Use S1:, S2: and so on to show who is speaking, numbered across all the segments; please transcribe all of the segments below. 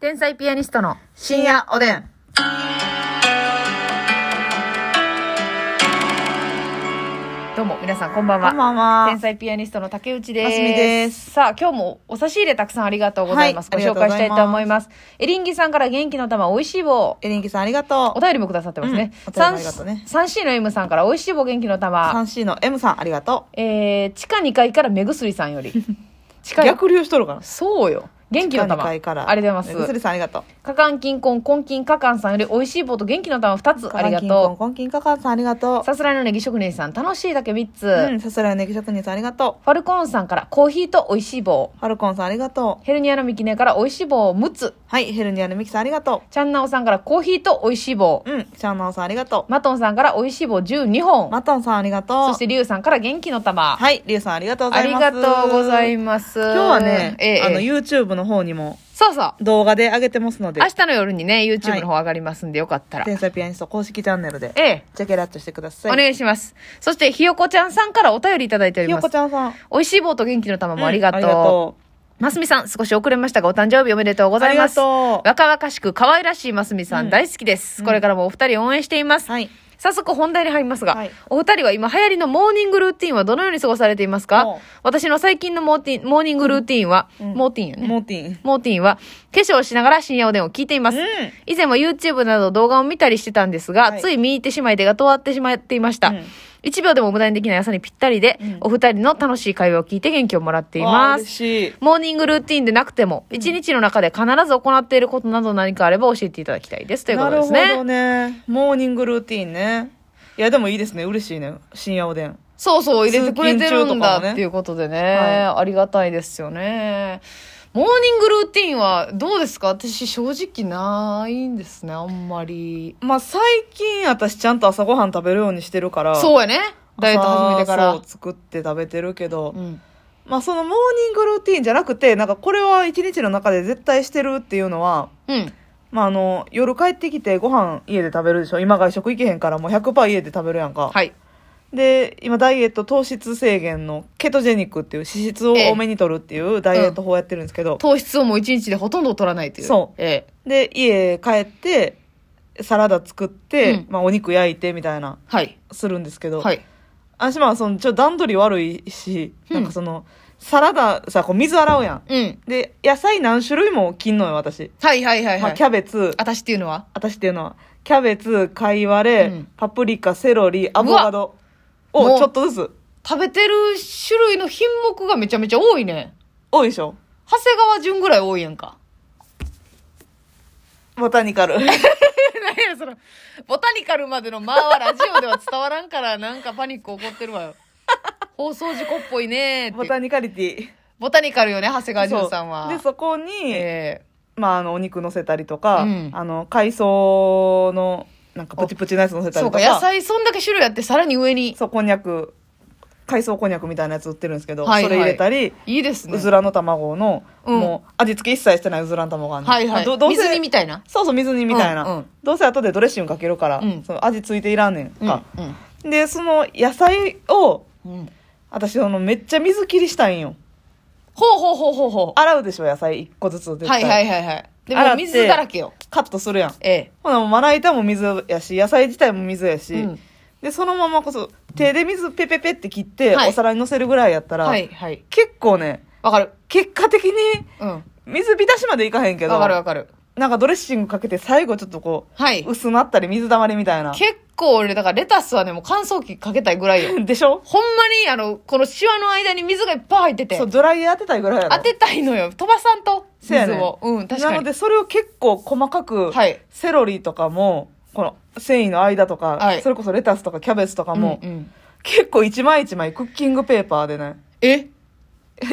S1: 天才ピアニストの
S2: 深夜おでん。
S1: どうも皆さんこんばん
S2: こん
S1: は。
S2: ばんは
S1: 天。才ピアニストの竹内です。
S2: ますみです
S1: さあ、今日もお差し入れたくさんありがとうございます。
S2: はい
S1: ご紹介したいと思
S2: あ
S1: い
S2: り
S1: ます。エリンギさんから元気の玉、美味しい棒。
S2: エリンギさんありがと
S1: お
S2: う。
S1: 便りもくださってますね。
S2: うんお便りもありがとうね
S1: 3- 3C の M さんから美味しい棒元気の玉。
S2: 3C の M さんありがと
S1: えー、地下2階から目薬さんより。
S2: う。
S1: 近い。
S2: 逆流しとるから。
S1: そうよ。元気の玉。
S2: 回から。
S1: ありがとうござい
S2: ぐ
S1: ますす。
S2: りさんありがとう。
S1: カカンキンコン、コンキンカカンさんより美味しい棒と元気の玉2つありがと
S2: コンキンカカンさんありがと
S1: う。さすらいのネギ職人さん、楽しいだけ3つ。
S2: う。うん、さすらいのネギ職人さんありがと
S1: ファルコーンさんからコーヒーと美味しい棒
S2: う。。ファルコンさんありがとう。
S1: ヘルニアのミキネから美味しい棒6つ。
S2: はい、ヘルニアのミキさんありがと
S1: チャンナオさんからコーヒーと美味しい棒。
S2: う。うん、シャンナオさんありがと
S1: マトンさんから美味しい棒12
S2: う。
S1: 本。
S2: マトンさんありがとう。
S1: そしてリュウさんから元気の玉。
S2: はい、リュウさんありがとうご
S1: あ
S2: ざ
S1: り
S2: います。
S1: がとうござい
S2: ま
S1: ます。
S2: す今日はね、
S1: ええ
S2: あの、
S1: ええ
S2: YouTube の方にも
S1: そうそう。
S2: 動画で上げてますので
S1: 明、日の夜にね、YouTube の方上がりますんで、よかったら。
S2: 天才ピアニスト公式チャンネルで、
S1: ええ、
S2: チェケラッとしてください。
S1: お願いします。そして、ひよこちゃんさんからお便りいただいてお
S2: ひ
S1: り
S2: よ
S1: ま
S2: こ
S1: す
S2: ち。ゃんさん。
S1: 美味しい棒と元気の玉もありがとう。
S2: んありがとう。
S1: ますみさん、少し遅れましたが、お誕生日おめでとうございます。
S2: ありがとう
S1: 若々しく可愛らしいますみさん、
S2: うん
S1: 大好きです。これからもお二人応援しています。
S2: はい。
S1: 早速本題に入りますが、
S2: はい
S1: お二人は今流行りのモーニングルーティンはどのように過ごされていますか
S2: おう
S1: 私の最近のモーティンモーニングルーティンは、
S2: うん
S1: モーティンやね。
S2: モーティン。
S1: モーティンは、化粧をしながら深夜おでんを聞いています。
S2: うん
S1: 以前は YouTube など動画を見たりしてたんですが、
S2: はい
S1: つい見入ってしまい手がわってしまっていました。
S2: うん
S1: 1秒でも無駄にできない朝にぴったりで、
S2: うん
S1: お二人の楽しい会話を聞いて元気をもらってい
S2: わあ
S1: ま
S2: 嬉
S1: す。
S2: しい。
S1: モーニングルーティンでなくても、一日の中で必ず行っていることなど何かあれば教えていただきたいです。というこ
S2: な
S1: と
S2: る
S1: で
S2: ほ
S1: すね。
S2: どね。モーニングルーティンね。いや、でもいいですね。嬉しいね。深夜おでん。
S1: そうそう、入れてくれてるんだ
S2: 通勤中とかもね
S1: っていうことでね、
S2: は
S1: ありがたいですよね。モーニングルーティンはどうですか私正直ないんですね、あんまり。
S2: まあ、最近私ちゃんと朝ごはん食べるようにしてるから。う。
S1: そうやね。ダイエット始めてから。
S2: そう、作って食べてるけど。
S1: うん
S2: まあ、そのモーニングルーティンじゃなくて、なんかこれは一日の中で絶対してるっていうのは、
S1: うん。
S2: まあ、あの、夜帰ってきてご飯家で食べるでしょ。今外食行けへんからもう100%家で食べるやんか。
S1: はい。
S2: で今ダイエット糖質制限のケトジェニックっていう脂質を多めに取るっていうダイエット法をやってるんですけど、
S1: 糖質をもう一日でほとんど取らないという。
S2: そう
S1: ええ。
S2: で家帰ってサラダ作って、
S1: うん
S2: まあ、お肉焼いてみたいな
S1: はい。
S2: するんですけど、
S1: はい。
S2: 私まあそのちょっと段取り悪いし、
S1: うん
S2: なんかそのサラダさこう水洗うやん
S1: うん。
S2: で野菜何種類も切んのよ私、
S1: はいはいはい
S2: ま
S1: は
S2: あ、
S1: い
S2: キ。ャベツ
S1: 私っていうのは
S2: 私っていうのはキャベツカイワレ、
S1: うん
S2: パプリカセロリアボカド
S1: もう
S2: をちょっとずつ
S1: 食べてる種類の品目がめちゃめちゃ多いね。
S2: 多いでしょ
S1: 長谷川淳ぐらい多いやん か。
S2: ボタニカル
S1: 何やそのボタニカルまでの間はラジオでは伝わらんからなんかパニック起こってるわ よ放送事故っぽいねーって
S2: ボタニカリティ。
S1: ボタニカルよね長谷川
S2: そう
S1: 淳さんは
S2: で、そこに、
S1: え
S2: まあ、あの、お肉乗せたりとか、
S1: うん
S2: あの、海藻の、なんか、プチプチのやつ乗せ
S1: ー
S2: たり
S1: そ
S2: と
S1: うか
S2: か。
S1: 野菜そんだけ種類あってさらに上に
S2: そうこんにゃく、海藻こんにゃくみたいなやつ売ってるんですけど、
S1: はいはい
S2: それ入れたり、
S1: いいですね
S2: うずらの卵の、
S1: うん
S2: もう、味付け一切してないうずらの卵があるの
S1: はいはい
S2: どどうせ
S1: 水煮みたいな
S2: そうそう、水煮みたいな。
S1: うんうん
S2: どうせ後でドレッシングかけるから、
S1: うん
S2: その味付いていらんねん
S1: うん
S2: か。で、その野菜を、
S1: うん、うん、
S2: 私、その、めっちゃ水切りしたいんよ。
S1: ほうほうほうほうほ
S2: 洗うでしょ、野菜一個ずつ絶
S1: う
S2: 対。
S1: はいはいはいはいで
S2: 洗
S1: も
S2: って
S1: 水だらけよ
S2: カットするやん。
S1: ええ
S2: ほなもうまな板も水やし野菜自体も水やし、
S1: うん
S2: でそのままこそ手で水ペペペって切って、
S1: はい
S2: お皿にのせるぐらいやったら、
S1: はいはい
S2: 結構ね
S1: わかる
S2: 結果的に
S1: うん
S2: 水浸しまでいかへんけど
S1: わかるわかる
S2: なんかドレッシングかけて最後ちょっとこ
S1: は
S2: う
S1: い
S2: 薄なったり水溜まりみたいな
S1: 結構俺だからレタスはねもう乾燥機かけたいぐらいよ
S2: でしょ
S1: ほんまに、あの、このシワの間に水がいっぱい入ってて
S2: そ、うドライヤー当てたいぐらいやろ
S1: 当てたいのよ。飛ばさんと、
S2: せや
S1: 水
S2: ね
S1: を。うん、確か
S2: な
S1: に。
S2: のでそれを結構細かく、
S1: はい
S2: セロリとかもこの繊維の間とか、
S1: はい
S2: それこそレタスとかキャベツとかも、
S1: うんうん
S2: 結構一枚一枚クッキングペーパーでね
S1: え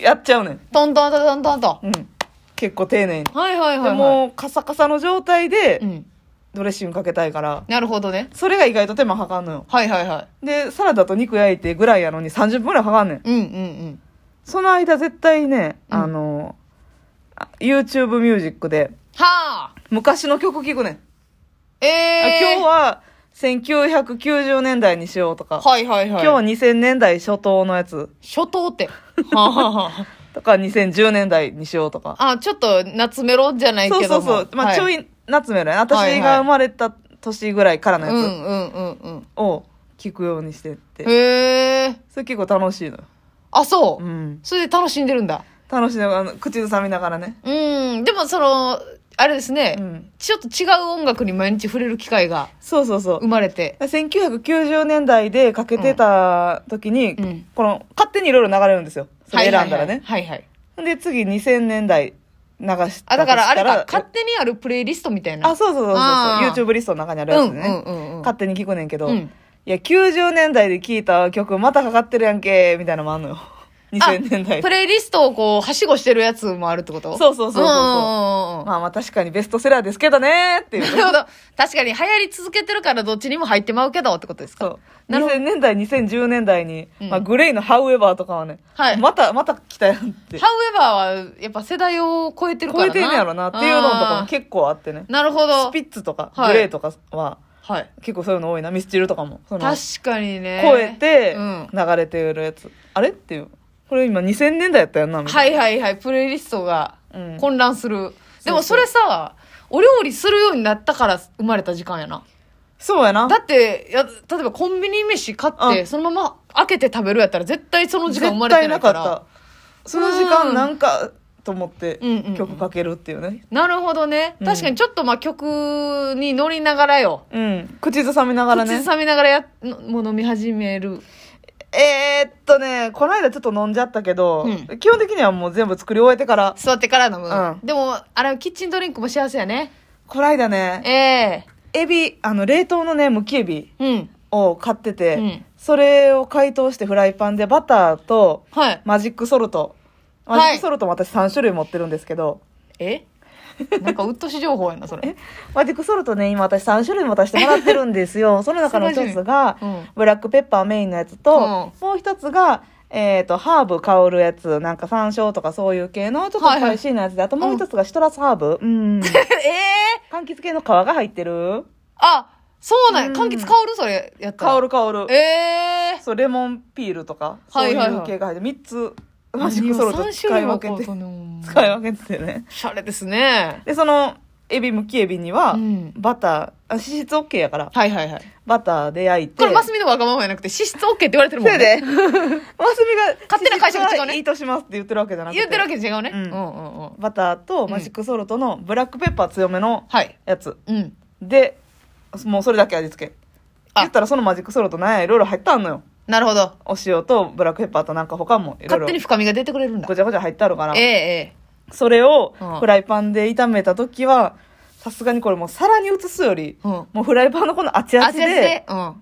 S2: やっちゃうねん
S1: トントントントントンと。
S2: うん、結構丁寧に、
S1: はいはいはい、はい。
S2: でもうカサカサの状態で
S1: うん。
S2: ドレッシングかけたいから、
S1: なるほどね。
S2: それが意外と手間かかんのよ
S1: はいはいは
S2: でサラダと肉焼いてぐらいやのに30分ぐらいかかんねん
S1: い。うんうんうん。
S2: その間絶対ね、
S1: うん
S2: あのあ YouTube ミュージックで
S1: はあ。
S2: 昔の曲聴くねん、
S1: え
S2: あ
S1: えー。
S2: 今日は1990年代にしようとか、
S1: はいはいはい。
S2: 今日は2000年代初頭のやつ
S1: 初頭って。はあはあはあ。
S2: とか2010年代にしようとか。
S1: あ、ちょっと夏メロじゃない
S2: そう
S1: け
S2: そ
S1: ど
S2: う
S1: も。
S2: そう。まあ、ちょ
S1: はい
S2: い夏メロ
S1: は
S2: やね。
S1: い
S2: 私が生まれた年ぐらいからの
S1: うんう
S2: や
S1: んうん
S2: つを聞くようにしてって。
S1: うん。へえ。
S2: それ結構楽しいのよ。
S1: あ、そうう。
S2: ん。
S1: それで楽しんでるんだ。
S2: 楽しいのあの、口ずさみながらね。
S1: うん。でもその、あれですね、
S2: うん。
S1: ちょっと違う音楽に毎日触れる機会が
S2: そうそうそう
S1: 生。まれて。
S2: 1990年代でかけてた時に、
S1: うん
S2: この勝手にいろいろ流れるんですよ。それ選んだらね。
S1: はいはいはい。はいはい
S2: で、次2000年代流した
S1: あ、だからあれ
S2: と
S1: か、
S2: した
S1: 勝手にあるプレイリストみたいな。
S2: あ、そうそうそうそう。
S1: あー
S2: YouTube リストの中にあるやつね。
S1: うんうんうんうん
S2: 勝手に聞くねんけど、
S1: うん
S2: いや、90年代で聴いた曲またかかってるやんけ、みたいなのもあんのよ。2000年代
S1: プ。レイリストをこう、はしごしてるやつもあるってこと
S2: そうそうそうそうそうん
S1: んうんうん
S2: まあまあ確かにベストセラーですけどね、っていう。
S1: なるほど。確かに流行り続けてるからどっちにも入ってまうけどってことですか
S2: そう。
S1: なるほど
S2: 2000年代、2010年代に、
S1: うん
S2: まあグレイの However とかはね、
S1: はい
S2: また、また来たやんって。
S1: ハウエバーはやっぱ世代を超えてるから
S2: 超え
S1: な。
S2: てんねやろなっていうのとかも
S1: あー
S2: 結構あってね。
S1: なるほど。
S2: スピッツとか、
S1: はい
S2: グレイとかは、
S1: はい。
S2: 結構そういうの多いな。ミスチルとかも。その
S1: 確かにね。
S2: 超えて
S1: うん。
S2: 流れてるやつ、あれっていうこれ今2000年代やったよなみた
S1: はいいはいはい。プレイリストが
S2: うん
S1: 混乱する。でもそれさ、お料理するようになったから生まれた時間やな。
S2: なそうやな
S1: だって、や例えばコンビニ飯買って、
S2: あ
S1: そのまま開けて食べるやったら絶対その時間生ま
S2: 絶
S1: れてな
S2: 対
S1: い
S2: な
S1: か。
S2: からったその時間なんかと思って
S1: うんうんうん
S2: 曲かけるっていうね
S1: なるほどね。
S2: うん
S1: 確かにちょっとまあ曲に乗りながらよ。
S2: うん口ずさみながら
S1: 口
S2: ね
S1: ずさみながらやのもう飲み始める。
S2: えー、っとねこの間ちょっと飲んじゃったけど、
S1: う
S2: 基本的にはもう全部作り終えてから
S1: 座ってから飲む。
S2: うん
S1: でも、あれ、キッチンドリンクも幸せやね。
S2: この間ね
S1: ええ
S2: エビあの冷凍のねむきエビ
S1: うん。
S2: を買ってて、
S1: うん
S2: それを解凍してフライパンでバターと
S1: はい。
S2: マジックソルトマジックソルトも私3種類持ってるんですけど、
S1: えなんかうっとし情報やな、そ れ。
S2: マジックソルトね、今私3種類も足してもらってるんで すよ。その中の一つが、
S1: うん
S2: ブラックペッパーメインのやつと、もう一つが、えっ、と、ハーブ香るやつ、なんか山椒とかそういう系の、ちょっと
S1: はい
S2: ス
S1: はい
S2: パイシーなやつで、あともう一つがシトラスハーブ。う
S1: え
S2: ん。柑
S1: え
S2: 橘系の皮が入ってる
S1: あ、そうなんや。
S2: うん
S1: 柑橘香るそれ、やったら。
S2: 香る香る。
S1: ええ
S2: そう、レモンピールとか、そ
S1: は
S2: うい
S1: いはいはいう
S2: 系が入って、3つ、マジックソルト
S1: 何を三
S2: 使
S1: 種類
S2: い分
S1: も
S2: け
S1: 買う
S2: て
S1: と、ね
S2: 使い分けててね。
S1: おしゃれですね。
S2: で、その、エビ、むきエビには
S1: うん、
S2: バター、あ脂質 OK やから、
S1: はいはいはい。
S2: バターで焼いて。
S1: これ、マスミのわがままじゃなくて、脂質 OK って言われてるもん
S2: せい
S1: ね。
S2: で、マスミが、
S1: 勝手な解釈違うね
S2: いいとしますって言ってるわけじゃなくて。
S1: 言ってるわけ違うね。
S2: うん
S1: うんうんうん。
S2: バターとマジックソルトのブラックペッパー強めの
S1: はい。
S2: やつ。
S1: うん。
S2: で、もうそれだけ味付け。
S1: あ
S2: 言ったらそのマジックソルトなんや、いろいろ入ったんのよ。
S1: なるほど。
S2: お塩とブラックペッパーとなんか他もいろい
S1: 勝
S2: ろ
S1: 手に深みが出てくれるんだ
S2: ご。ちゃごちゃ入ってあるから
S1: ええ。ええ。
S2: それを
S1: うん
S2: フライパンで炒めた時は、さすがにこれもう皿に移すより、
S1: うん。
S2: もうフライパンのこの熱々
S1: あ、先
S2: で
S1: 生。う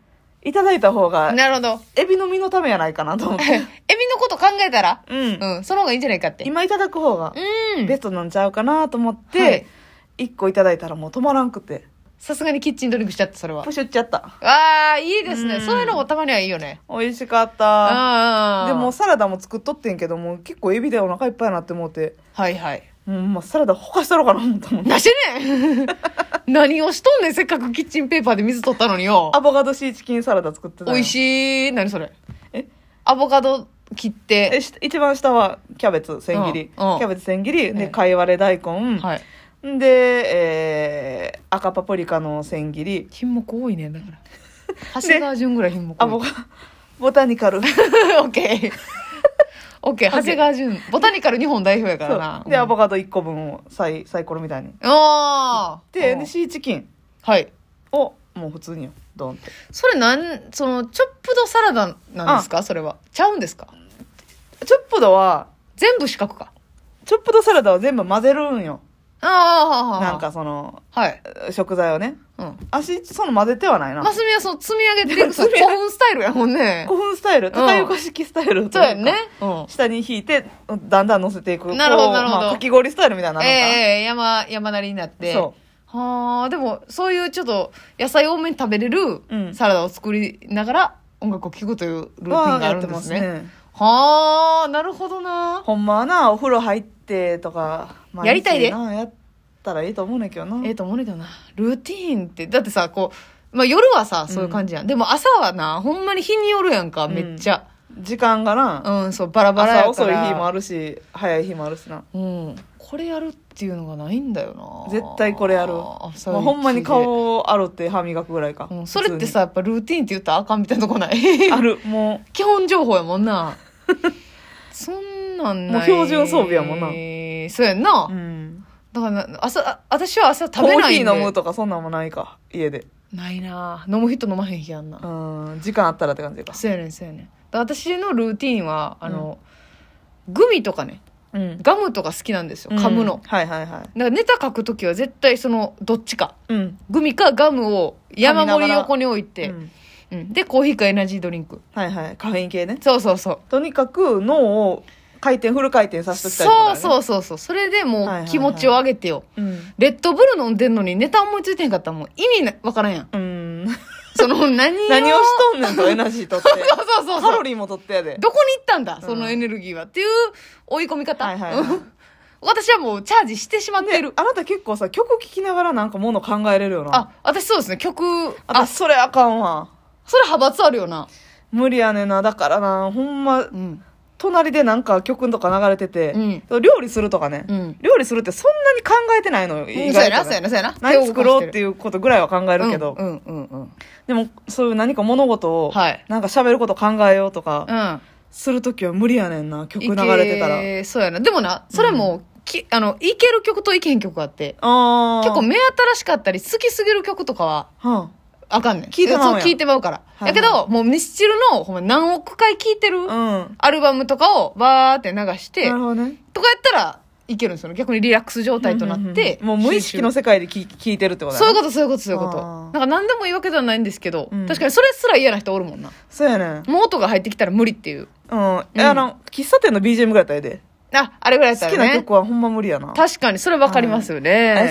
S2: いただいた方
S1: ん。
S2: が、
S1: なるほど。
S2: エビの身のためやないかなと思っ
S1: えエビ
S2: て。
S1: のこと考えたら、
S2: うん。
S1: うん、その方がいいんじゃないかって。
S2: 今いただく方が、
S1: う
S2: ベ
S1: ん。
S2: ストなんちゃうかなと思っ
S1: はい
S2: て、一1個いただいたらもう止まらんくて
S1: さすがにキッチンドリンクしちゃった、それは
S2: プ。シュっちゃった
S1: ああ、いいですね。
S2: うん
S1: そういうのもたまにはいいよね。
S2: 美味しかった
S1: ああ。
S2: でも、サラダも作っとってんけどもう結構エビでお腹いっぱいになって思って
S1: はいはい。
S2: もうまあサラダほかしたろかな思った もん
S1: なしてねん何をしとんねん、せっかくキッチンペーパーで水取ったのによ
S2: ア。ボカドシーチキンサラダ作ってた
S1: 美味
S2: い
S1: しい。何それ。
S2: え
S1: アボカド切って。
S2: えし一番下はキャベツ千切り、
S1: うんうん
S2: キャベツ千切り、
S1: ええ
S2: で貝割れ大根、
S1: はい。
S2: で、えー赤パプリカの千切り
S1: 品目多いね、だから。長谷川潤ぐらい品目多
S2: ア
S1: い。
S2: ボカボタニカル
S1: オッ ケー。オッケー、長谷川淳。ボタニカル日本代表やからな
S2: そ。うでアボ
S1: カ
S2: カド1個分をサイサイコロみたいに
S1: あー
S2: で
S1: うん
S2: でシーチキン
S1: はい。
S2: をもう普通によドンって
S1: それなん、その、チョップドサラダなんですかそれは。ちゃうんですか
S2: チョップドは
S1: 全部四角か。
S2: チョップドサラダは全部混ぜるんよ
S1: ああ、
S2: なんか。その
S1: はい。
S2: 食材をね
S1: うん。
S2: 足その混ぜてはないな
S1: マスミはその積み上げてい くさ、
S2: 積み
S1: 古
S2: 上げ
S1: 墳スタイルやもんね。
S2: 古墳スタイル高床式スタイルと
S1: そうや
S2: い
S1: ん
S2: う
S1: ね
S2: か。
S1: うん。
S2: 下に引いてだんだん乗せていく
S1: なるほど
S2: こう
S1: なるほど
S2: まあかき氷スタイルみたいな
S1: え
S2: のか
S1: え
S2: な
S1: ええ山、山なりになって。
S2: そ
S1: はあ、でも、そういうちょっと、野菜多めに食べれる
S2: うん
S1: サラダを作りながら、音楽を聴くというルーティンがあるんです
S2: はや
S1: ね。
S2: ってますね
S1: はあ、なるほどな。
S2: ほんまはなお風呂入ってとか毎日
S1: やりたいで
S2: なやったらいいと思うねんけどな
S1: ええと思うねんけどな。ルーティーンって、だってさ、こう、まあ夜はさ、そういう感じやん。でも朝はな、ほんまに日によるやんか、
S2: うん
S1: めっちゃ。
S2: 時間がな、
S1: うんそうバラバラや
S2: 朝
S1: から
S2: 遅い日もあるし早い日もあるしな
S1: うん、これやるっていうのがないんだよな
S2: 絶対これやる、
S1: 朝
S2: まあ、
S1: 一
S2: ほんまに顔
S1: で
S2: を洗って歯磨くぐらいか、
S1: うん、それって
S2: 普通
S1: さやっぱルーティンって言ったらあかんみたいなとこ ない
S2: にあるも
S1: 基本情報やもん なそんなんない
S2: もう標準装備やもんな
S1: そうやんな、
S2: う、うん、
S1: だからな朝あ私は朝
S2: コ
S1: 食べ
S2: ー
S1: ない
S2: ヒ
S1: んで
S2: ー飲むとかそんなんもないか家で
S1: ないな飲む人飲まへん日やんな、
S2: うん時間あったらって感じか
S1: そうやねんそうやねんだから私のルーティンはあの、グミとかね
S2: うん
S1: ガムとか好きなんですよ噛むの、
S2: はいはいはい
S1: だからネタ書くときは絶対そのどっちか
S2: うん
S1: グミかガムを山盛り横に置いて、
S2: うん
S1: うんでコーヒーかエナジードリンク
S2: はいはいカフェイン系ね
S1: そうそうそう
S2: とにかく脳を回転フル回転させときたいってことだ
S1: そ
S2: よ
S1: う
S2: ね
S1: そうそうそうそれで
S2: はいはい
S1: も
S2: は
S1: う
S2: い
S1: 気持ちを上げてよ、
S2: うん
S1: レッドブル飲んでんのにネタ思いついてへんかったらもう意味なわからんやん
S2: うん
S1: その 何を
S2: 何をしとんねんとエナジーとって
S1: そうそうそうそ
S2: カ
S1: う
S2: ロリーもとってやで
S1: どこに行ったんだ
S2: ん
S1: そのエネルギーは、っていう追い込み方、
S2: はいはいはい
S1: うん 私はもうチャージしてしまってる、
S2: あなた結構さ曲聴きながらなんかもの考えれるよな
S1: あ私そうですね曲あ
S2: あそれあかんわ
S1: それ派閥あるよな
S2: 無理やねんなだからなほん
S1: う
S2: ま
S1: ん
S2: 隣でなんか曲とか流れてて、料理するとかね、
S1: うん
S2: 料理するってそんなに考えてないのよ、
S1: そう
S2: 意
S1: や
S2: 外とね
S1: なそうやなそうやな
S2: 何作ろうって
S1: う
S2: いうことぐらいは考えるけど、
S1: うんうんうんうん
S2: でもそういう何か物事を、
S1: はい
S2: なんか喋ること考えようとか
S1: うん
S2: するときは無理やねんな曲流れてたら
S1: いけそうやなでもなそれも、きあのいける曲といけへん曲があって
S2: ああ
S1: 結構目新しかったり好きすぎる曲とかは
S2: は
S1: あかんねん
S2: 聞いてまうん
S1: そ
S2: や
S1: う聞いてまうから、
S2: はいは
S1: や
S2: い
S1: けどもうミスチルのほんま何億回聞いてる
S2: あ、うん
S1: アルバムとかをバーって流して、
S2: なるほどね
S1: とかやったらいけるんですよね逆にリラックス状態となって、
S2: うんうんうんもう無意識の
S1: 集中
S2: 世界で聞聞いてるってこと
S1: そういう
S2: こ
S1: ことそういうことそういうこと
S2: あー
S1: なんか何でもいいわけではないんですけど、
S2: うん
S1: 確かにそれすら嫌な人おるもんな
S2: とそうやねん
S1: もう音が入ってきたら無理っていう
S2: うん、あの喫茶店の BGM ぐらいだったらええで
S1: ああれぐらいだった
S2: 好き
S1: ら
S2: な
S1: ね
S2: 曲はほんま無理やな
S1: 確かにそれ分かりますよね、
S2: あれ